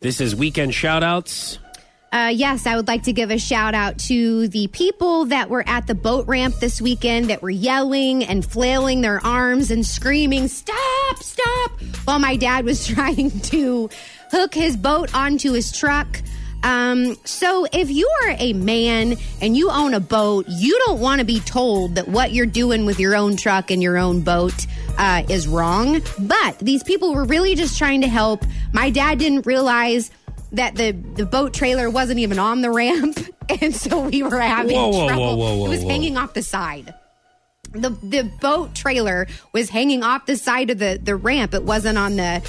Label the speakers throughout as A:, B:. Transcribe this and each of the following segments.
A: This is weekend shoutouts.
B: Uh, yes, I would like to give a shout out to the people that were at the boat ramp this weekend that were yelling and flailing their arms and screaming, Stop, stop, while my dad was trying to hook his boat onto his truck. Um, so if you are a man and you own a boat, you don't want to be told that what you're doing with your own truck and your own boat uh, is wrong. But these people were really just trying to help. My dad didn't realize that the, the boat trailer wasn't even on the ramp, and so we were having
A: Whoa, whoa,
B: trouble.
A: whoa, whoa, whoa,
B: it was
A: whoa.
B: hanging off the side. The the boat trailer was hanging off the side of the the ramp. It wasn't on the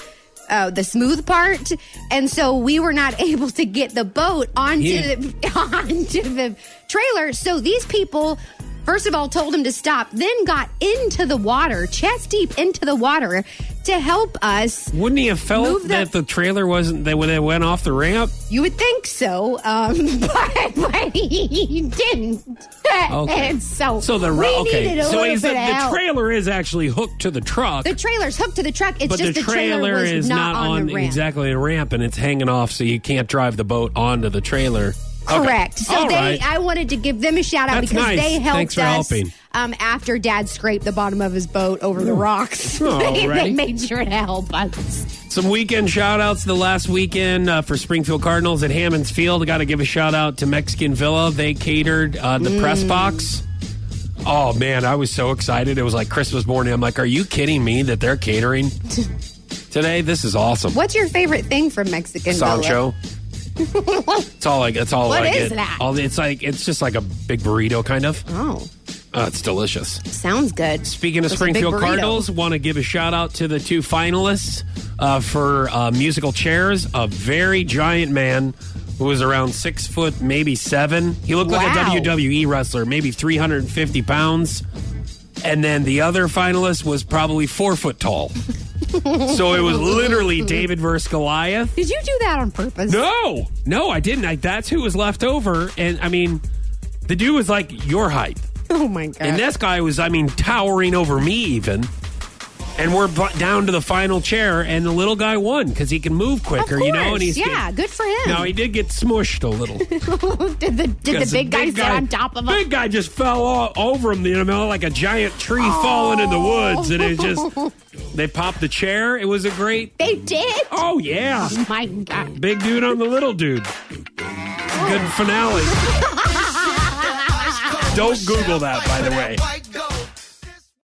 B: uh, the smooth part, and so we were not able to get the boat onto
A: Yeah.
B: the onto the trailer. So these people. First of all, told him to stop, then got into the water, chest deep into the water, to help us
A: Wouldn't he have felt
B: Move the-
A: that the trailer wasn't that when it went off the ramp?
B: You would think so, um, but, but he didn't.
A: Okay.
B: And so,
A: So the
B: we
A: ra-
B: needed
A: okay.
B: a
A: So
B: little
A: he's-
B: bit
A: the,
B: of help.
A: trailer is actually hooked to the truck,
B: the trailer's hooked to the truck. It's
A: but
B: just
A: the trailer,
B: was
A: is
B: not, on, the ramp.
A: exactly the ramp, and it's hanging off, so you can't drive the boat onto the trailer. Okay.
B: Correct. So
A: All
B: they,
A: right.
B: I wanted to give them a shout out
A: That's
B: because
A: nice.
B: they helped
A: Thanks for
B: us
A: helping.
B: Um, after Dad scraped the bottom of his boat over the rocks.
A: All
B: they,
A: right.
B: made sure to help us.
A: Some weekend shout outs the last weekend uh, for Springfield Cardinals at Hammonds Field. Got to give a shout out to Mexican Villa. They catered uh, the press
B: Mm.
A: box. Oh, man, I was so excited. It was like Christmas morning. I'm like, are you kidding me that they're catering today? This is awesome.
B: What's your favorite thing from Mexican Villa?
A: Sancho. it's all like, it's all
B: What
A: like
B: is
A: it.
B: that?
A: All, it's like, it's just like a big burrito, kind of.
B: Oh,
A: Uh, it's delicious.
B: sounds good.
A: Speaking of
B: With some big
A: Springfield
B: burrito.
A: Cardinals, want to give a shout out to the two finalists uh, for uh, musical chairs. A very giant man who was around six foot, maybe seven. He looked
B: Wow.
A: like a WWE wrestler, maybe 350 pounds. And then the other finalist was probably four foot tall. so it was literally David versus Goliath.
B: Did you do that on purpose?
A: No, no, I didn't. I, that's who was left over. And I mean, the dude was like your height.
B: Oh my god.
A: And this guy was, I mean, towering over me even. And we're bu- down to the final chair, and the little guy won because he can move
B: Of
A: quicker,
B: course,
A: you know. And he's
B: yeah, good for him.
A: Now he did get smushed a little.
B: did the did the big guy sit on top of him?
A: Big guy just fell all over him, you know, like a giant tree falling in the woods, and it
B: Oh.
A: just they popped the chair. It was a great.
B: They did.
A: Oh yeah,
B: My God.
A: big dude on the little dude. Good finale. Don't Google that, by the way.